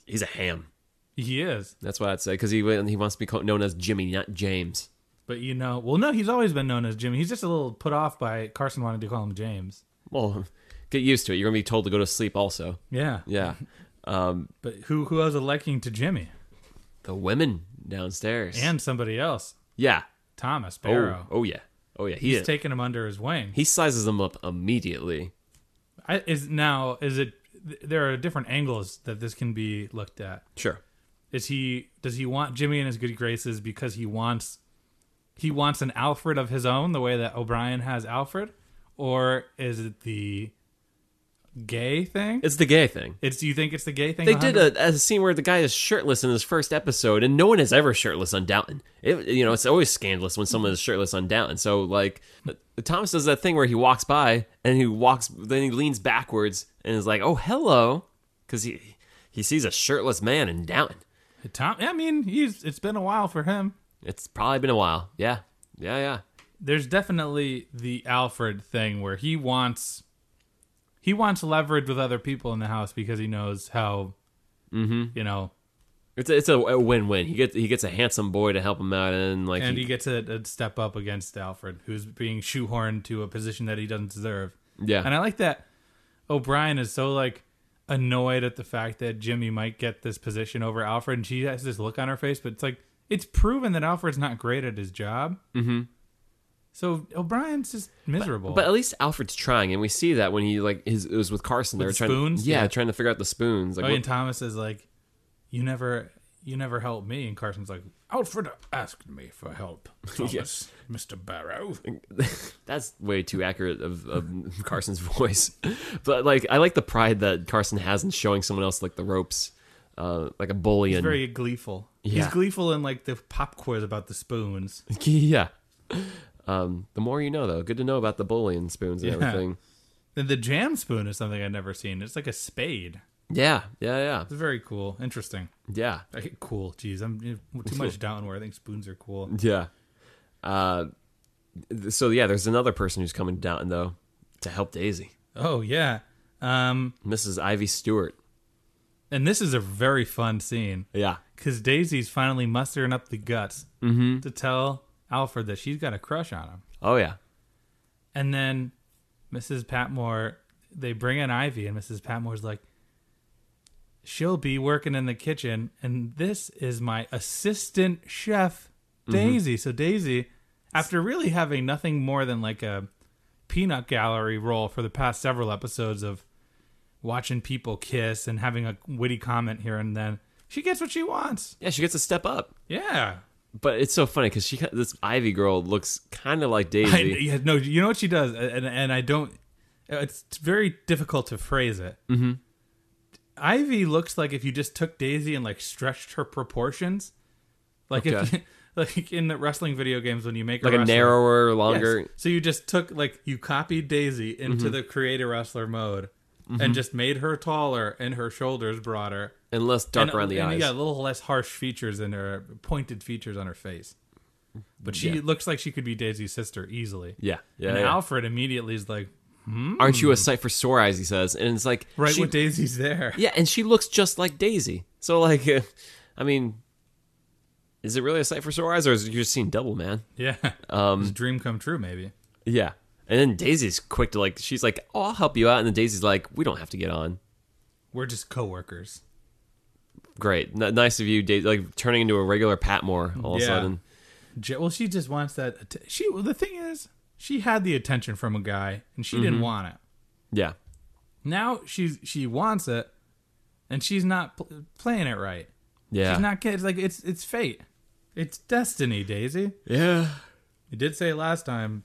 Speaker 2: He's a ham.
Speaker 3: He is.
Speaker 2: That's what I'd say because he he wants to be called, known as Jimmy, not James.
Speaker 3: But you know, well, no, he's always been known as Jimmy. He's just a little put off by Carson wanting to call him James.
Speaker 2: Well, get used to it. You're gonna be told to go to sleep. Also,
Speaker 3: Yeah.
Speaker 2: yeah. Um,
Speaker 3: But who who else a liking to Jimmy
Speaker 2: the women downstairs.
Speaker 3: and somebody else?
Speaker 2: yeah.
Speaker 3: Thomas
Speaker 2: Oh,
Speaker 3: Barrow.
Speaker 2: oh yeah. Oh yeah. He
Speaker 3: he's
Speaker 2: is-
Speaker 3: taking him under his wing.
Speaker 2: he sizes them up immediately.
Speaker 3: I, is now is it? th- There are different angles that this can be looked at.
Speaker 2: Sure.
Speaker 3: Is he? Does he want Jimmy in his good graces because he wants he wants an Alfred of his own, the way that O'Brien has Alfred, or is it the gay thing?
Speaker 2: It's the gay thing.
Speaker 3: It's do you think it's the gay thing?
Speaker 2: They did a, a scene where the guy is shirtless in his first episode, and no one is ever shirtless on Downton. It, you know, it's always scandalous when someone is shirtless on Downton. So, like, Thomas does that thing where he walks by and he walks, then he leans backwards and is like, "Oh, hello," because he he sees a shirtless man in Downton.
Speaker 3: Tom, I mean, he's it's been a while for him.
Speaker 2: It's probably been a while. Yeah, yeah, yeah.
Speaker 3: There's definitely the Alfred thing where he wants he wants leverage with other people in the house because he knows how
Speaker 2: Mm-hmm.
Speaker 3: you know
Speaker 2: It's a, it's a, a win win. He gets he gets a handsome boy to help him out, and like
Speaker 3: and
Speaker 2: he-
Speaker 3: he gets a, a step up against Alfred, who's being shoehorned to a position that he doesn't deserve.
Speaker 2: Yeah.
Speaker 3: and I like that O'Brien is so like annoyed at the fact that Jimmy might get this position over Alfred, and she has this look on her face, but it's like it's proven that Alfred's not great at his job. Mm-hmm. So O'Brien's just miserable.
Speaker 2: But at least Alfred's trying, and we see that when he like his it was with Carson. They
Speaker 3: With
Speaker 2: were trying
Speaker 3: spoons?
Speaker 2: yeah,
Speaker 3: Yeah.
Speaker 2: trying to figure out the spoons. Like,
Speaker 3: oh,
Speaker 2: what-
Speaker 3: and Thomas is like, "You never." You never helped me, and Carson's like, Alfred asked me for help, Thomas, Mr. Barrow.
Speaker 2: that's way too accurate of, of Carson's voice. But like, I like the pride that Carson has in showing someone else like the ropes, uh, like a bully. and
Speaker 3: very gleeful. He's
Speaker 2: Yeah.
Speaker 3: gleeful in like the pop quiz about the spoons.
Speaker 2: yeah. Um, the more you know, though, good to know about the bully and spoons and
Speaker 3: Yeah.
Speaker 2: everything.
Speaker 3: Then the jam spoon is something I've never seen. It's like a spade.
Speaker 2: Yeah, yeah,
Speaker 3: It's very cool, interesting.
Speaker 2: yeah, yeah.
Speaker 3: I get cool. Jeez, I'm you know, too much down where I think spoons are cool.
Speaker 2: Yeah. Uh, th- so yeah, there's another person who's coming down though to help Daisy,
Speaker 3: Oh yeah. Um,
Speaker 2: Mrs. Ivy Stewart.
Speaker 3: and this is a very fun scene
Speaker 2: Yeah.
Speaker 3: because Daisy's finally mustering up the guts to tell Alfred that she's got a crush on him.
Speaker 2: Oh yeah.
Speaker 3: And then Mrs. Patmore, they bring in Ivy, and Mrs. Patmore's like, she'll be working in the kitchen, and this is my assistant chef, Daisy. So Daisy, after really having nothing more than like a peanut gallery role for the past several episodes of watching people kiss and having a witty comment here and then, she gets what she wants.
Speaker 2: Yeah, she gets a step up.
Speaker 3: Yeah.
Speaker 2: But it's so funny because she this Ivy girl looks kind of like
Speaker 3: I,
Speaker 2: Daisy.
Speaker 3: yeah, no, you know what she does, and and I don't. uh, It's very difficult to phrase it. Mm-hmm. Ivy looks like if you just took Daisy and like stretched her proportions, like if
Speaker 2: Okay.
Speaker 3: like in the wrestling video games when you make
Speaker 2: like a
Speaker 3: wrestler.
Speaker 2: narrower,
Speaker 3: Yes.
Speaker 2: longer.
Speaker 3: So you just took like you copied Daisy
Speaker 2: Mm-hmm.
Speaker 3: into the creator wrestler mode, and just made her taller and her shoulders broader,
Speaker 2: and less dark
Speaker 3: and, uh,
Speaker 2: around the
Speaker 3: and,
Speaker 2: eyes.
Speaker 3: Yeah, a little less harsh features in her pointed features on her face. But she
Speaker 2: Yeah.
Speaker 3: looks like she could be Daisy's sister easily.
Speaker 2: Yeah, yeah,
Speaker 3: And
Speaker 2: yeah.
Speaker 3: Alfred immediately is like,
Speaker 2: Aren't you a sight for sore eyes? He says, and it's like
Speaker 3: Hmm. right
Speaker 2: she-
Speaker 3: when Daisy's there.
Speaker 2: yeah, and she looks just like Daisy. So like, uh, I mean, is it really a sight for sore eyes, or is it you're just seeing double, man?
Speaker 3: Yeah. Um, His dream come true, maybe.
Speaker 2: Yeah. And then Daisy's quick to like, she's like, "Oh, I'll help you out," and then Daisy's like, "We don't have to get on."
Speaker 3: We're just coworkers.
Speaker 2: Great, N- nice of you, Daisy. Like turning into a regular Patmore all of
Speaker 3: Yeah.
Speaker 2: a sudden.
Speaker 3: Ja- Well, she just wants that. Att- she. Well, the thing is, she had the attention from a guy, and she
Speaker 2: Mm-hmm.
Speaker 3: didn't want it.
Speaker 2: Yeah.
Speaker 3: Now she's she wants it, and she's not pl- playing it right.
Speaker 2: Yeah.
Speaker 3: She's not getting. Like it's it's fate. It's destiny, Daisy.
Speaker 2: yeah.
Speaker 3: You did say last time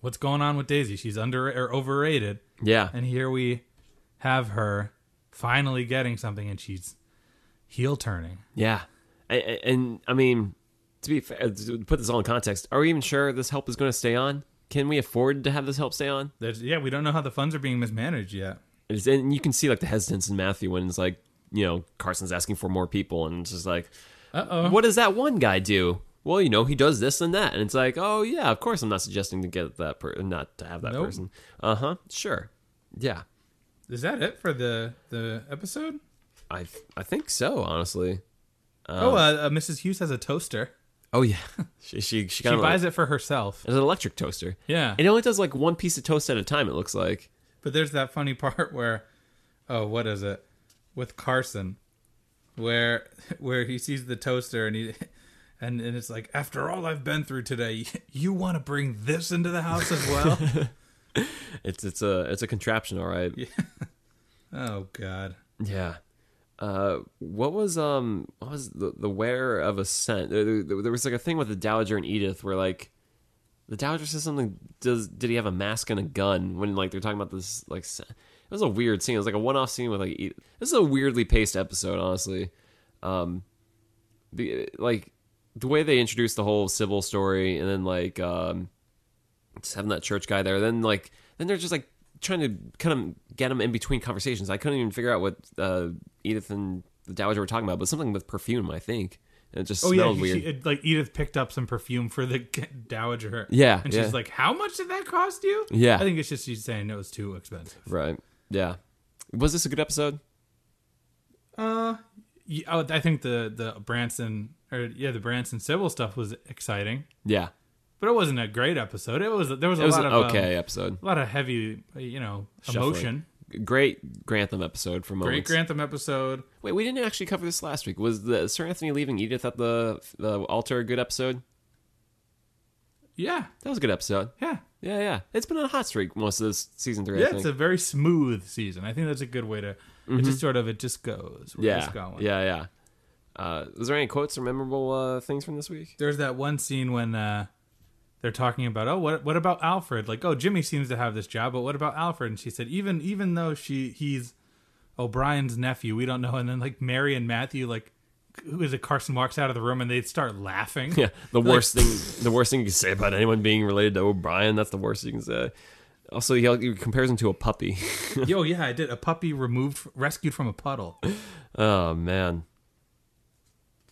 Speaker 3: what's going on with Daisy. She's under or overrated,
Speaker 2: Yeah.
Speaker 3: and here we have her finally getting something, and she's heel turning.
Speaker 2: Yeah, and, and I mean, to be fair, to put this all in context, are we even sure this help is going to stay on? Can we afford to have this help stay on?
Speaker 3: There's, yeah, we don't know how the funds are being mismanaged yet.
Speaker 2: It's, and you can see like the hesitance in Matthew when it's like, you know, Carson's asking for more people, and it's just like,
Speaker 3: Uh oh.
Speaker 2: what does that one guy do? Well, you know, he does this and that, and it's like, oh yeah, of course, I'm not suggesting to get that per- not to have that
Speaker 3: Nope.
Speaker 2: person. Uh huh. Sure. Yeah.
Speaker 3: Is that it for the the episode?
Speaker 2: I I think so, honestly.
Speaker 3: oh, uh, uh, Mrs. Hughes has a toaster.
Speaker 2: Oh yeah. she she she,
Speaker 3: She
Speaker 2: kind of
Speaker 3: buys it for herself.
Speaker 2: It's an electric toaster.
Speaker 3: Yeah.
Speaker 2: It only does like one piece of toast at a time. It looks like.
Speaker 3: But there's that funny part where, oh, what is it, with Carson, where where he sees the toaster and he, and and it's like after all I've been through today, you want to bring this into the house as well?
Speaker 2: It's it's a it's a contraption, all right. Yeah.
Speaker 3: oh God,
Speaker 2: Uh, what was um what was the the wearer of a scent? There, there, there was like a thing with the dowager and Edith where like The Dowager says something. Does did he have a mask and a gun? When like they're talking about this, like s- it was a weird scene. It was like a one-off scene with like e- this is a weirdly paced episode, honestly. Um, the, like the way they introduced the whole Sybil story, and then like um, just having that church guy there. Then like then they're just like trying to kind of get him in between conversations. I couldn't even figure out what uh, Edith and the Dowager were talking about, but something with perfume, I think. And it just
Speaker 3: Oh yeah,
Speaker 2: smelled
Speaker 3: he-
Speaker 2: weird.
Speaker 3: she- it- like Edith picked up some perfume for the g- dowager.
Speaker 2: Yeah,
Speaker 3: and
Speaker 2: yeah.
Speaker 3: she's like, "How much did that cost you?"
Speaker 2: Yeah.
Speaker 3: I think it's just she's saying it was too expensive.
Speaker 2: Right. Yeah. Was this a good episode?
Speaker 3: Yeah, oh, I think the the Branson or yeah, the Branson Sybil stuff was exciting,
Speaker 2: Yeah.
Speaker 3: but it wasn't a great episode. It was there was a
Speaker 2: It was
Speaker 3: lot
Speaker 2: an
Speaker 3: of um,
Speaker 2: okay episode.
Speaker 3: a lot of heavy, you know,
Speaker 2: Shuffling.
Speaker 3: emotion.
Speaker 2: Great Grantham episode for
Speaker 3: Great
Speaker 2: moments.
Speaker 3: Grantham episode.
Speaker 2: Wait, we didn't actually cover this last week. Was the Sir Anthony leaving Edith at the, the altar a good episode?
Speaker 3: Yeah,
Speaker 2: That was a good episode.
Speaker 3: yeah,
Speaker 2: Yeah, yeah. It's been on a hot streak most of this season three. I
Speaker 3: yeah.
Speaker 2: think. Mm-hmm.
Speaker 3: It's a very smooth season. I think that's a good way to. It just sort of it just goes. We're
Speaker 2: yeah,
Speaker 3: just going.
Speaker 2: yeah, yeah. Uh, was there any quotes or memorable uh, things from this week?
Speaker 3: there's that one scene when uh, they're talking about oh what what about Alfred like oh Jimmy seems to have this job but what about Alfred and she said even even though she he's O'Brien's nephew we don't know and then like Mary and Matthew like who is it Carson walks out of the room and they start laughing
Speaker 2: Yeah, the worst thing the worst thing you can say about anyone being related to O'Brien. That's the worst you can say. Also, he, he compares him to a puppy.
Speaker 3: yo yeah I did a puppy removed rescued from a puddle
Speaker 2: oh man.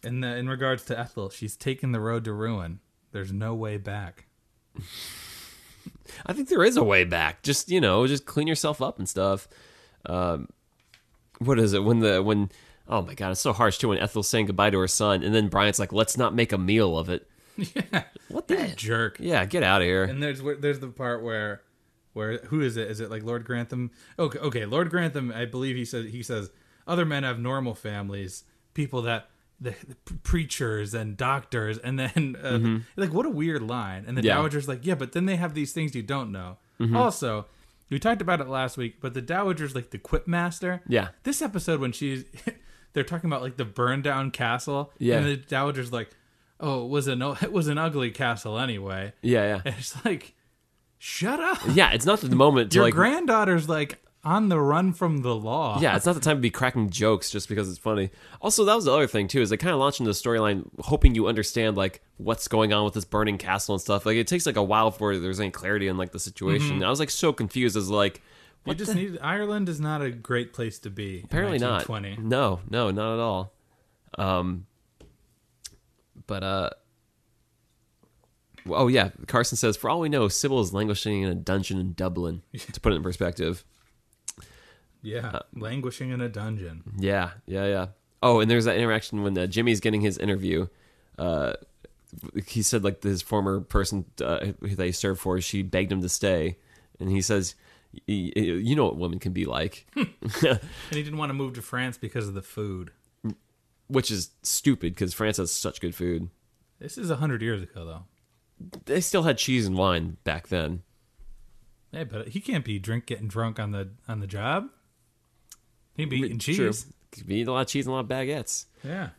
Speaker 3: and uh, in regards to Ethel she's taken the road to ruin there's no way back
Speaker 2: I think there is a way back. Just you know, just clean yourself up and stuff. Um, what is it when the when? Oh my god, it's so harsh too. When Ethel's saying goodbye to her son, and then Brian's like, "Let's not make a meal of it." Yeah. What the
Speaker 3: jerk
Speaker 2: Yeah, get out of here.
Speaker 3: And there's where- there's the part where where who is it? Is it like Lord Grantham? Okay, okay, Lord Grantham. I believe he says he says other men have normal families, people that the, the preachers and doctors, and then uh, like what a weird line. And the
Speaker 2: Mm-hmm. Yeah. Mm-hmm.
Speaker 3: dowager's like, yeah, but then they have these things you don't know. Also, we talked about it last week, but the dowager's like the quip master.
Speaker 2: Yeah.
Speaker 3: This episode when she's they're talking about like the burned down castle.
Speaker 2: Yeah.
Speaker 3: And the dowager's like, oh, it was an it was an ugly castle anyway.
Speaker 2: yeah, yeah,
Speaker 3: And it's like, shut up.
Speaker 2: yeah. It's not the moment to
Speaker 3: Your
Speaker 2: like.
Speaker 3: granddaughter's like on the run from the law.
Speaker 2: yeah, it's not the time to be cracking jokes just because it's funny. Also, that was the other thing too, is they kind of launched into the storyline hoping you understand like what's going on with this burning castle and stuff. Like it takes like a while before there's any clarity in like the situation.
Speaker 3: Mm-hmm.
Speaker 2: I was like so confused as like
Speaker 3: You just need Ireland is not a great place to be.
Speaker 2: apparently not
Speaker 3: Twenty.
Speaker 2: no no not at all um but uh oh yeah carson says for all we know sybil is languishing in a dungeon in dublin to put it in perspective
Speaker 3: Yeah.
Speaker 2: Uh,
Speaker 3: languishing in a dungeon.
Speaker 2: yeah yeah yeah oh and there's that interaction when uh, jimmy's getting his interview uh he said like this former person uh, who they served for she begged him to stay and he says "Y- y- you know what women can be like
Speaker 3: And he didn't want to move to France because of the food.
Speaker 2: which is stupid because france has such good food
Speaker 3: This is a hundred years ago though.
Speaker 2: they still had cheese and wine back then.
Speaker 3: Hey, but he can't be drink getting drunk on the on the job. He'd be eating cheese.
Speaker 2: True. We eat a lot of cheese and a lot of baguettes.
Speaker 3: Yeah.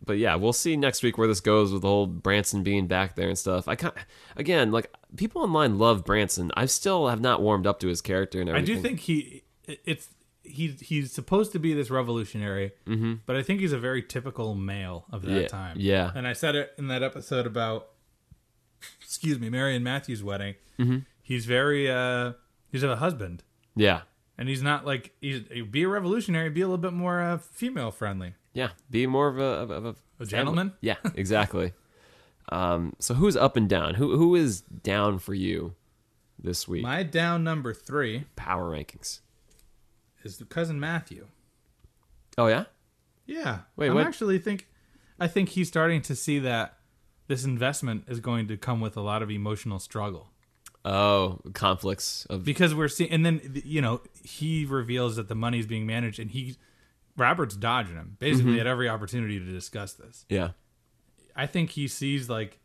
Speaker 2: But yeah, we'll see next week where this goes with the whole Branson being back there and stuff. I can again, like people online love Branson. I still have not warmed up to his character and
Speaker 3: I
Speaker 2: everything.
Speaker 3: do think he it's he he's supposed to be this revolutionary, but I think he's a very typical male of that
Speaker 2: Mm-hmm. Yeah,
Speaker 3: time.
Speaker 2: yeah.
Speaker 3: and I said it in that episode about excuse me, Mary and Matthew's wedding.
Speaker 2: Mm-hmm.
Speaker 3: He's very uh he's a husband,
Speaker 2: Yeah,
Speaker 3: and he's not like he's be a revolutionary, be a little bit more uh, female friendly.
Speaker 2: yeah. Be more of a of a, of
Speaker 3: A gentleman?
Speaker 2: Yeah, exactly. um. So who's up and down? Who who is down for you this week?
Speaker 3: My down number three
Speaker 2: Power rankings.
Speaker 3: is the cousin Matthew.
Speaker 2: Oh yeah.
Speaker 3: Yeah.
Speaker 2: Wait,
Speaker 3: I'm
Speaker 2: what-
Speaker 3: actually think I think he's starting to see that this investment is going to come with a lot of emotional struggle.
Speaker 2: Oh, conflicts of
Speaker 3: because we're seeing and then th- you know he reveals that the money is being managed and he robert's dodging him basically
Speaker 2: Mm-hmm.
Speaker 3: at every opportunity to discuss this
Speaker 2: yeah.
Speaker 3: i think he sees like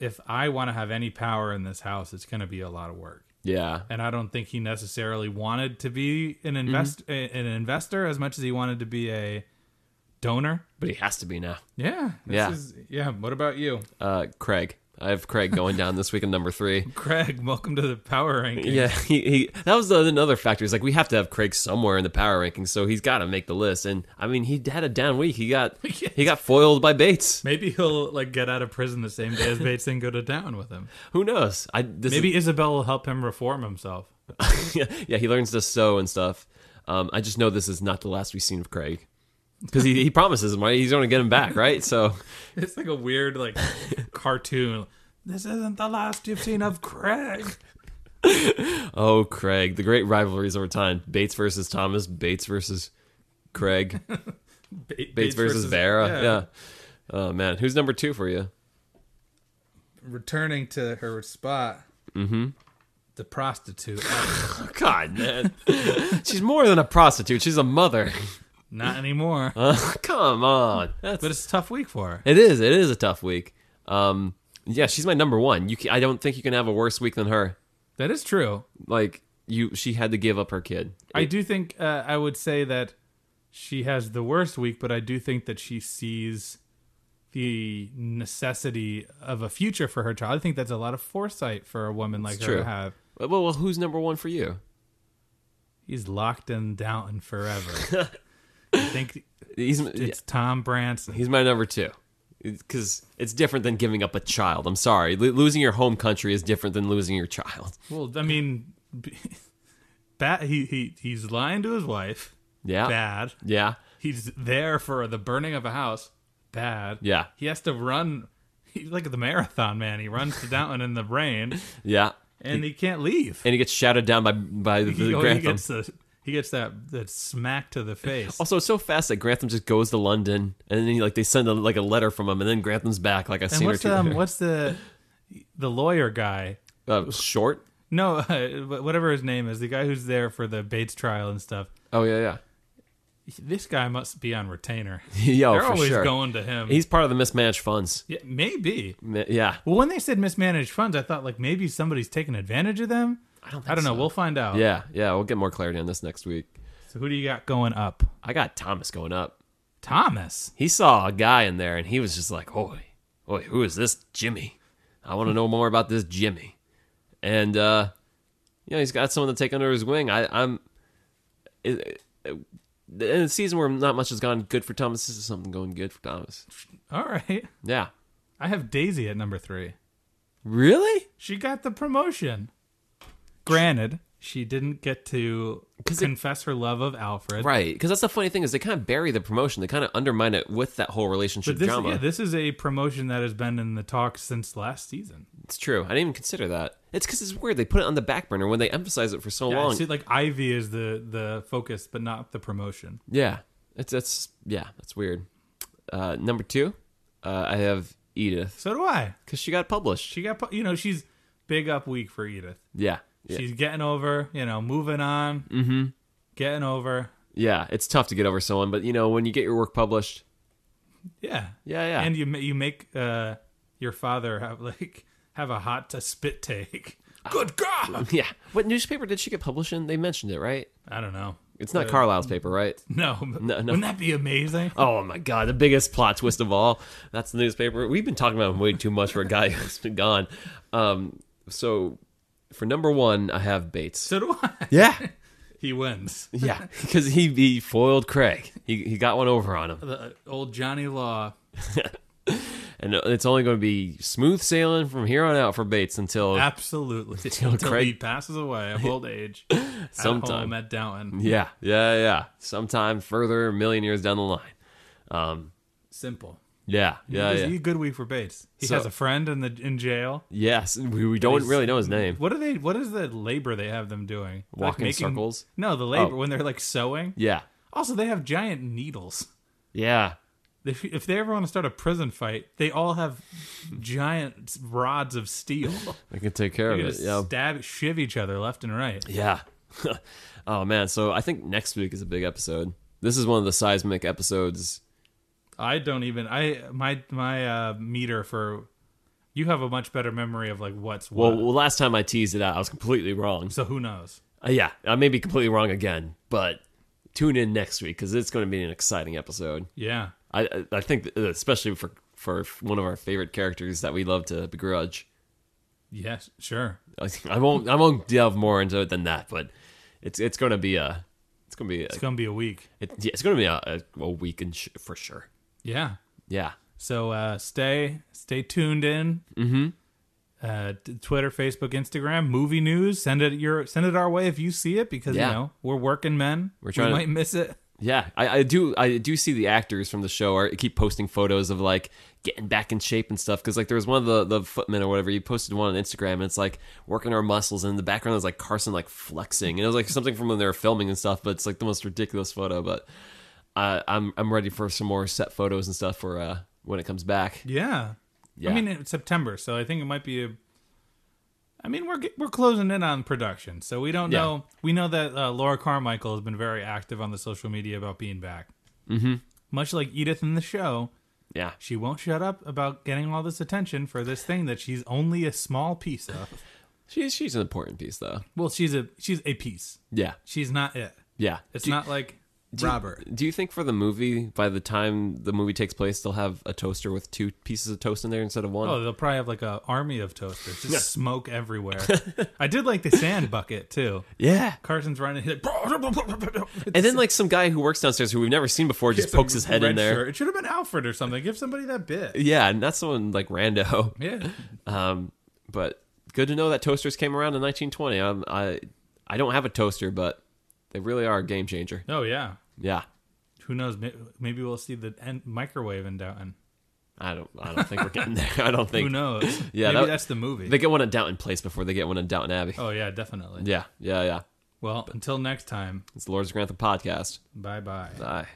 Speaker 3: if i want to have any power in this house it's going to be a lot of work
Speaker 2: Yeah.
Speaker 3: and i don't think he necessarily wanted to be an invest a-
Speaker 2: Mm-hmm.
Speaker 3: an investor as much as he wanted to be a donor
Speaker 2: But he has to be now.
Speaker 3: yeah this
Speaker 2: Yeah.
Speaker 3: is yeah what about you
Speaker 2: Uh, Craig. I have Craig going down this week in number three.
Speaker 3: Craig, welcome to the power ranking.
Speaker 2: Yeah, he, he that was another factor. He's like, we have to have Craig somewhere in the power rankings, so he's got to make the list. And I mean, he had a down week. He got he got foiled by Bates.
Speaker 3: Maybe he'll like get out of prison the same day as Bates and go to town with him.
Speaker 2: Who knows? I this is-
Speaker 3: Maybe Isabel will help him reform himself.
Speaker 2: yeah, yeah, he learns to sew and stuff. Um, I just know this is not the last we've seen of Craig because he, he promises him, right? He's going to get him back, right? So
Speaker 3: It's like a weird like cartoon. This isn't the last you've seen of Craig.
Speaker 2: Oh, Craig, the great rivalries over time. Bates versus Thomas, Bates versus Craig, Bates,
Speaker 3: Ba-
Speaker 2: versus, Vera. Yeah. Oh man, who's number two for you?
Speaker 3: Returning to her spot. Mm-hmm. The prostitute.
Speaker 2: God, man, she's more than a prostitute. She's a mother.
Speaker 3: Not anymore.
Speaker 2: Uh, come on, that's
Speaker 3: But it's a tough week for her.
Speaker 2: it is. It is a tough week. Um, yeah, she's my number one. You, ca- I don't think you can have a worse week than her.
Speaker 3: That is true.
Speaker 2: Like you, she had to give up her kid.
Speaker 3: I do think uh, I would say that she has the worst week, but I do think that she sees the necessity of a future for her child. I think that's a lot of foresight for a woman like her
Speaker 2: true.
Speaker 3: to have.
Speaker 2: Well, well, who's number one for you?
Speaker 3: He's locked in Downton forever. I think
Speaker 2: He's
Speaker 3: it's Tom Branson.
Speaker 2: He's my number two. Because it's different than giving up a child. I'm sorry. Lo- losing your home country is different than losing your child.
Speaker 3: Well, I mean, b- bad. He, he he's lying to his wife.
Speaker 2: Yeah.
Speaker 3: Bad.
Speaker 2: Yeah.
Speaker 3: He's there for the burning of a house. Bad.
Speaker 2: Yeah.
Speaker 3: He has to run. He's like the marathon man. He runs to Downton in the rain,
Speaker 2: Yeah.
Speaker 3: and he can't leave.
Speaker 2: And he gets shouted down by by the,
Speaker 3: He,
Speaker 2: the
Speaker 3: oh, he
Speaker 2: Grantham.
Speaker 3: gets the he gets that that smack to the face.
Speaker 2: also, it's so fast that Grantham just goes to London, and then he, like they send a, like a letter from him, and then Grantham's back like a
Speaker 3: and
Speaker 2: scene or
Speaker 3: what's
Speaker 2: two.
Speaker 3: the, um,
Speaker 2: later.
Speaker 3: what's the the lawyer guy?
Speaker 2: uh, short?
Speaker 3: No, uh, whatever his name is, the guy who's there for the Bates trial and stuff.
Speaker 2: Oh yeah, yeah,
Speaker 3: This guy must be on retainer.
Speaker 2: yeah. oh,
Speaker 3: They're
Speaker 2: for
Speaker 3: always
Speaker 2: sure.
Speaker 3: going to him.
Speaker 2: He's part of the mismanaged funds.
Speaker 3: yeah, maybe.
Speaker 2: Ma- Yeah,
Speaker 3: Well, when they said mismanaged funds, I thought like maybe somebody's taking advantage of them. I
Speaker 2: don't think
Speaker 3: I don't know.
Speaker 2: so.
Speaker 3: We'll find out.
Speaker 2: yeah, yeah. We'll get more clarity on this next week.
Speaker 3: So who do you got going up?
Speaker 2: I got Thomas going up.
Speaker 3: Thomas.
Speaker 2: he saw a guy in there and he was just like, Oi, oi, who is this Jimmy? I want to know more about this Jimmy. And, uh, you know, he's got someone to take under his wing. I, I'm. It, it, in a season where not much has gone good for Thomas, this is something going good for Thomas.
Speaker 3: All right.
Speaker 2: Yeah.
Speaker 3: I have Daisy at number three.
Speaker 2: Really?
Speaker 3: She got the promotion. Granted, she didn't get to confess her love of Alfred.
Speaker 2: Right. Because that's the funny thing is they kind of bury the promotion. They kind of undermine it with that whole relationship
Speaker 3: But this,
Speaker 2: drama.
Speaker 3: yeah, this is a promotion that has been in the talks since last season.
Speaker 2: it's true. I didn't even consider that. It's because it's weird. They put it on the back burner when they emphasize it for so
Speaker 3: Yeah, I
Speaker 2: long.
Speaker 3: see, like Ivy is the the focus, but not the promotion.
Speaker 2: Yeah, it's that's yeah, that's weird. Uh, number two, uh, I have Edith
Speaker 3: So do I.
Speaker 2: because she got published.
Speaker 3: She got pu- you know she's big up week for Edith.
Speaker 2: Yeah, yeah,
Speaker 3: She's getting over, you know, moving on, mm-hmm. getting over.
Speaker 2: yeah. It's tough to get over someone, but you know when you get your work published,
Speaker 3: Yeah,
Speaker 2: yeah, yeah,
Speaker 3: And you ma- you make uh, your father have like have a hot to spit take.
Speaker 2: Ah.
Speaker 3: Good God!
Speaker 2: yeah. What newspaper did she get published in? They mentioned it, right?
Speaker 3: I don't know.
Speaker 2: It's not Carlisle's paper, right?
Speaker 3: No,
Speaker 2: No, no.
Speaker 3: wouldn't that be amazing?
Speaker 2: Oh my god, the biggest plot twist of all. That's the newspaper. We've been talking about him way too much for a guy who's been gone. Um, so for number one, I have Bates.
Speaker 3: So do I.
Speaker 2: Yeah,
Speaker 3: He wins.
Speaker 2: yeah, because he he foiled Craig. He he got one over on him.
Speaker 3: The old Johnny Law.
Speaker 2: and it's only going to be smooth sailing from here on out for Bates until
Speaker 3: Absolutely. Until he
Speaker 2: Craig-
Speaker 3: passes away of old age. At
Speaker 2: Sometime.
Speaker 3: home at Downton.
Speaker 2: yeah, yeah, yeah, sometime further, a million years down the line. Um,
Speaker 3: Simple.
Speaker 2: yeah, yeah,
Speaker 3: He's-
Speaker 2: yeah.
Speaker 3: he's a good week for Bates. He
Speaker 2: So-
Speaker 3: has a friend in the in jail.
Speaker 2: yes, we, we don't really know his name.
Speaker 3: What are they? What is the labor they have them doing?
Speaker 2: Walking circles?
Speaker 3: No, the labor
Speaker 2: Oh.
Speaker 3: when they're like sewing.
Speaker 2: Yeah,
Speaker 3: Also, they have giant needles.
Speaker 2: yeah,
Speaker 3: If, if they ever want to start a prison fight, they all have giant rods of steel.
Speaker 2: I can take care of
Speaker 3: They're gonna
Speaker 2: it. Yeah,
Speaker 3: stab, shiv each other left and right.
Speaker 2: yeah. oh man, so I think next week is a big episode. This is one of the seismic episodes.
Speaker 3: I don't even. I my my uh, meter for. You have a much better memory of like what's
Speaker 2: Well,
Speaker 3: what.
Speaker 2: well, last time I teased it out, I was completely wrong.
Speaker 3: so who knows?
Speaker 2: Uh, yeah, I may be completely wrong again, but tune in next week because it's going to be an exciting episode.
Speaker 3: Yeah.
Speaker 2: I I think that, uh, especially for for f- one of our favorite characters that we love to begrudge.
Speaker 3: Yes, sure.
Speaker 2: I I won't I won't delve more into it than that, but it's it's gonna be a it's gonna be a,
Speaker 3: It's gonna be a week.
Speaker 2: it, yeah, it's gonna be a, a, a weekend sh- for sure.
Speaker 3: Yeah.
Speaker 2: Yeah,
Speaker 3: So uh, stay stay tuned in. Mm-hmm. Uh, t- Twitter, Facebook, Instagram, movie news. Send it your send it our way if you see it because
Speaker 2: Yeah.
Speaker 3: you know we're working men.
Speaker 2: We're trying
Speaker 3: we
Speaker 2: to-
Speaker 3: might miss it.
Speaker 2: yeah. I, I do I do see the actors from the show are keep posting photos of like getting back in shape and stuff because like there was one of the the footmen or whatever you posted one on Instagram and it's like working our muscles and in the background is like Carson like flexing and it was like something from when they were filming and stuff, but it's like the most ridiculous photo. But uh, I'm I'm ready for some more set photos and stuff for uh, when it comes back.
Speaker 3: Yeah.
Speaker 2: Yeah.
Speaker 3: I mean it's September, so I think it might be a. I mean we're get- we're closing in on production, so we don't
Speaker 2: Yeah.
Speaker 3: know. We know that uh, Laura Carmichael has been very active on the social media about being back. Mm-hmm. Much like Edith in the show,
Speaker 2: Yeah,
Speaker 3: she won't shut up about getting all this attention for this thing that she's only a small piece of.
Speaker 2: she's she's an important piece though.
Speaker 3: Well, she's a she's a piece.
Speaker 2: Yeah,
Speaker 3: She's not it.
Speaker 2: yeah.
Speaker 3: It's
Speaker 2: Do-
Speaker 3: not like
Speaker 2: do you-
Speaker 3: Robert.
Speaker 2: Do you think for the movie, by the time the movie takes place, they'll have a toaster with two pieces of toast in there instead of one?
Speaker 3: Oh, they'll probably have like a army of toasters, just smoke everywhere. I did like the sand bucket too.
Speaker 2: yeah.
Speaker 3: Carson's running, he's like,
Speaker 2: And then like some guy who works downstairs who we've never seen before just
Speaker 3: It's a
Speaker 2: pokes his head in
Speaker 3: red
Speaker 2: there.
Speaker 3: shirt. It should have been Alfred or something. Give somebody that bit.
Speaker 2: Yeah, and that's someone like rando.
Speaker 3: Yeah.
Speaker 2: Um, but good to know that toasters came around in 1920. Um, I I don't have a toaster, but they really are a game changer.
Speaker 3: Oh yeah.
Speaker 2: Yeah.
Speaker 3: Who knows? May- Maybe we'll see the end microwave in Downton.
Speaker 2: I don't. I don't think we're getting there. I don't
Speaker 3: Who
Speaker 2: think
Speaker 3: knows?
Speaker 2: Yeah,
Speaker 3: Maybe
Speaker 2: that-
Speaker 3: that's the movie.
Speaker 2: they get one at Downton Place before they get one at Downton Abbey.
Speaker 3: oh yeah, definitely.
Speaker 2: Yeah, yeah, yeah.
Speaker 3: Well, until next time.
Speaker 2: It's the Lord's Grantham podcast.
Speaker 3: Bye bye.
Speaker 2: Bye.